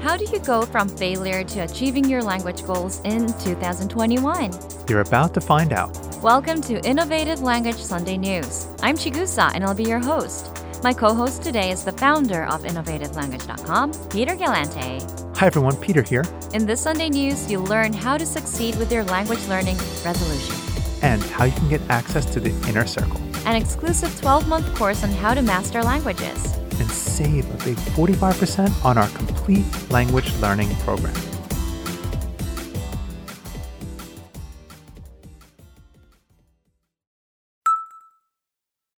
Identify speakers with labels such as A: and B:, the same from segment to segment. A: How do you go from failure to achieving your language goals in 2021?
B: You're about to find out.
A: Welcome to Innovative Language Sunday News. I'm Chigusa and I'll be your host. My co host today is the founder of InnovativeLanguage.com, Peter Galante.
B: Hi, everyone. Peter here.
A: In this Sunday News, you learn how to succeed with your language learning resolution,
B: and how you can get access to the inner circle
A: an exclusive 12 month course on how to master languages.
B: and save a big 45% on our complete language learning program.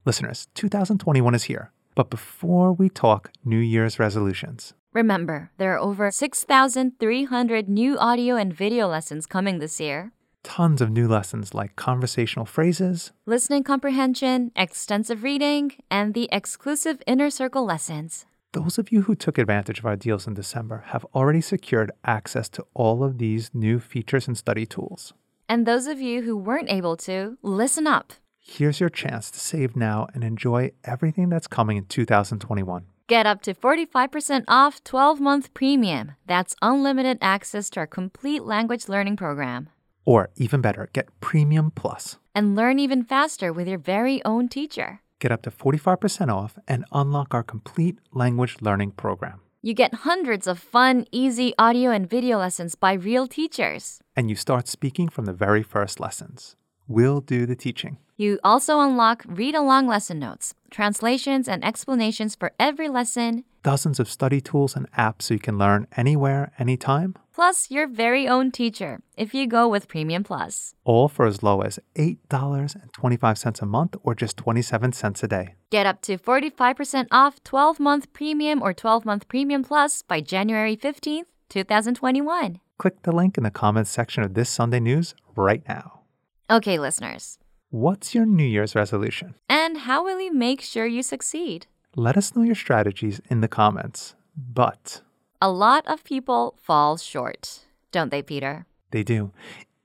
B: Listeners, 2021 is here. But before we talk New Year's resolutions,
A: Remember, there are over 6,300 new audio and video lessons coming this year.
B: tons of new lessons like conversational phrases,
A: Listening comprehension, extensive reading, and the exclusive inner circle lessons.
B: Those of you who took advantage of our deals in December have already secured access to all of these new features and study tools.
A: And those of you who weren't able to, listen up.
B: Here's your chance to save now and enjoy everything that's coming in 2021.
A: Get up to 45% off 12 month premium. That's unlimited access to our complete language learning program.
B: Or even better, get Premium Plus.
A: And learn even faster with your very own teacher.
B: Get up to 45% off and unlock our complete language learning program.
A: You get hundreds of fun, easy audio and video lessons by real teachers.
B: And you start speaking from the very first lessons. We'll do the teaching.
A: You also unlock read along lesson notes, translations, and explanations for every lesson,
B: Dozens of study tools and apps so you can learn anywhere, anytime,
A: plus your very own teacher if you go with Premium Plus.
B: all for as low as $8.25 a month or just 27 cents a day.
A: Get up to 45% off 12 month premium or 12 month premium plus by January 15th, 2021.
B: Click the link in the comments section of this Sunday news right now.
A: Okay, listeners.
B: What's your New Year's resolution?
A: And how will you make sure you succeed?
B: Let us know your strategies in the comments. But
A: A lot of people fall short, don't they, Peter?
B: they do.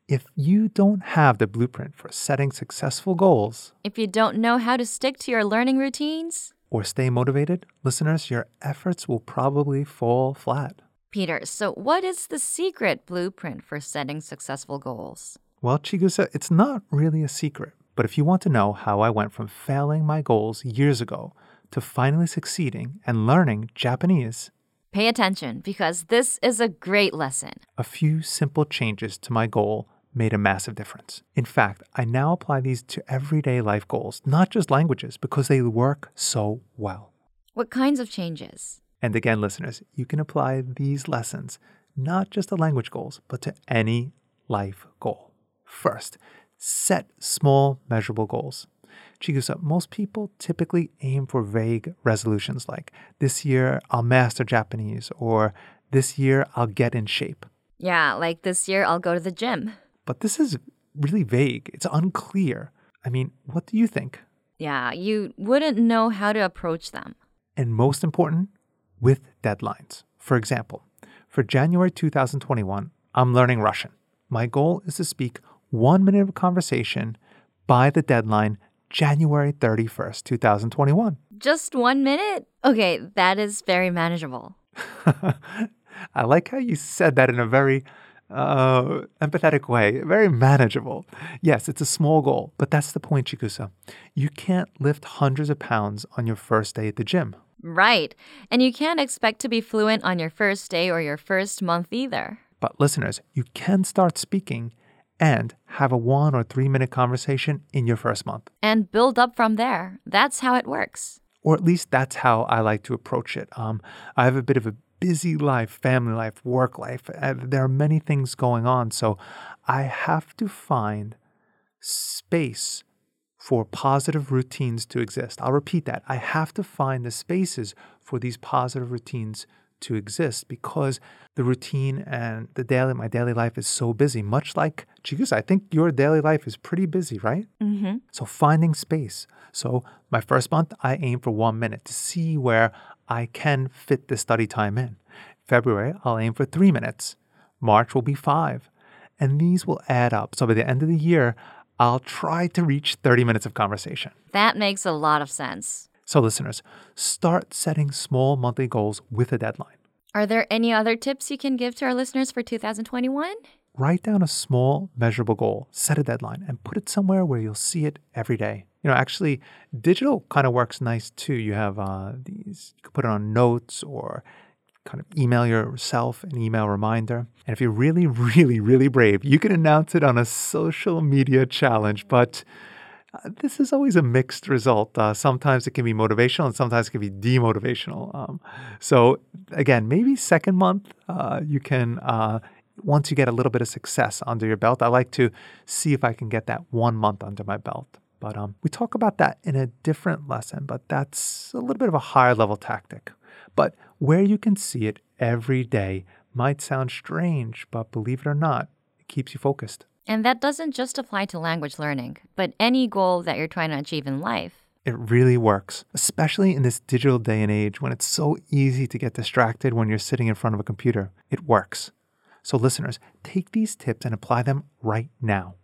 B: If you don't have the blueprint for setting successful goals
A: If you don't know how to stick to your learning routines,
B: or stay motivated, listeners, your efforts will probably fall flat.
A: Peter, so what is the secret blueprint for setting successful goals?
B: Well, Chigusa, it's not really a secret, but if you want to know how I went from failing my goals years ago to finally succeeding and learning Japanese,
A: Pay attention because this is a great lesson.
B: a few simple changes to my goal made a massive difference. In fact, I now apply these to everyday life goals, not just languages, because they work so well.
A: What kinds of changes?
B: And again, listeners, you can apply these lessons not just to language goals, but to any life goal. First, set small, measurable goals. Chigusa, most people typically aim for vague resolutions like this year I'll master Japanese or this year I'll get in shape.
A: Yeah, like this year I'll go to the gym.
B: But this is really vague. It's unclear. I mean, what do you think?
A: Yeah, you wouldn't know how to approach them.
B: and most important, with deadlines. For example, for January 2021, I'm learning Russian. My goal is to speak one minute of a conversation by the deadline January 31st, 2021.
A: Just one minute? Okay, that is very manageable.
B: I like how you said that in a very uh, empathetic way, very manageable. Yes, it's a small goal, but that's the point, Chikusa. You can't lift hundreds of pounds on your first day at the gym.
A: Right. And you can't expect to be fluent on your first day or your first month either.
B: But listeners, you can start speaking and have a one or three minute conversation in your first month.
A: And build up from there. That's how it works.
B: Or at least that's how I like to approach it. Um, I have a bit of a busy life, family life, work life. Uh, There are many things going on. So I have to find space for positive routines to exist. I'll repeat that. I have to find the spaces for these positive routines to exist because the routine and the daily my daily life is so busy. Much like Chigusa, I think your daily life is pretty busy, right?
A: Mm-hmm.
B: So finding space. So my first month, I aim for one minute to see where I can fit the study time in. February, I'll aim for three minutes. March will be five. And these will add up. So by the end of the year, I'll try to reach 30 minutes of conversation.
A: That makes a lot of sense.
B: So, listeners, start setting small monthly goals with a deadline.
A: Are there any other tips you can give to our listeners for 2021?
B: Write down a small, measurable goal, set a deadline, and put it somewhere where you'll see it every day. You know, actually, digital kind of works nice too. You have uh, these, you can put it on notes or kind of email yourself an email reminder. And if you're really, really, really brave, you can announce it on a social media challenge. But uh, this is always a mixed result. Uh, sometimes it can be motivational and sometimes it can be demotivational. Um, so, again, maybe second month, uh, you can, uh, once you get a little bit of success under your belt, I like to see if I can get that one month under my belt. But um, we talk about that in a different lesson, but that's a little bit of a higher level tactic. But where you can see it every day might sound strange, but believe it or not, it keeps you focused.
A: And that doesn't just apply to language learning, but any goal that you're trying to achieve in life.
B: It really works, especially in this digital day and age when it's so easy to get distracted when you're sitting in front of a computer. It works. So, listeners, take these tips and apply them right now.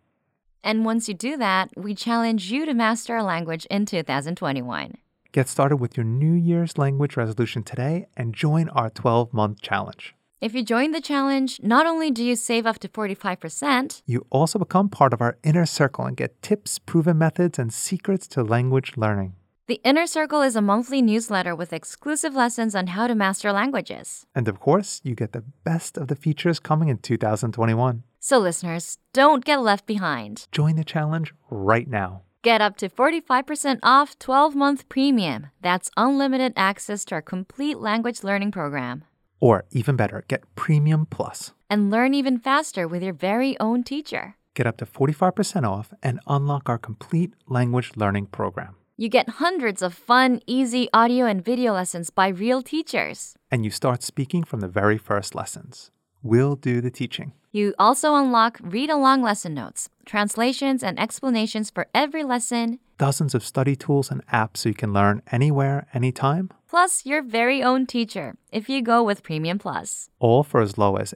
A: And once you do that, we challenge you to master a language in 2021.
B: Get started with your New Year's language resolution today and join our 12 month challenge.
A: If you join the challenge, not only do you save up to 45%,
B: You also become part of our inner circle and get tips, proven methods, and secrets to language learning.
A: the Inner Circle is a monthly newsletter with exclusive lessons on how to master languages.
B: And of course, you get the best of the features coming in 2021.
A: So, listeners, don't get left behind.
B: Join the challenge right now.
A: Get up to 45% off 12 month premium. That's unlimited access to our complete language learning program.
B: Or even better, get Premium Plus.
A: And learn even faster with your very own teacher.
B: Get up to 45% off and unlock our complete language learning program.
A: You get hundreds of fun, easy audio and video lessons by real teachers.
B: And you start speaking from the very first lessons. We'll do the teaching.
A: You also unlock read along lesson notes, translations, and explanations for every lesson,
B: Dozens of study tools and apps so you can learn anywhere, anytime,
A: plus your very own teacher if you go with Premium Plus.
B: all for as low as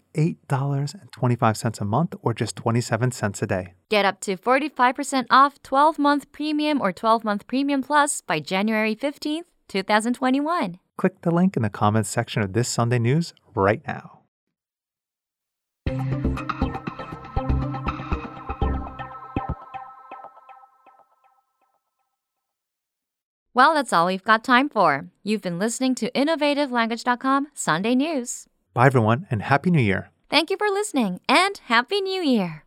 B: $8.25 a month or just 27 cents a day.
A: Get up to 45% off 12 month premium or 12 month premium plus by January 15th, 2021.
B: Click the link in the comments section of this Sunday news right now.
A: Well, that's all we've got time for. You've been listening to InnovativeLanguage.com Sunday News.
B: Bye, everyone, and Happy New Year!
A: Thank you for listening and Happy New Year!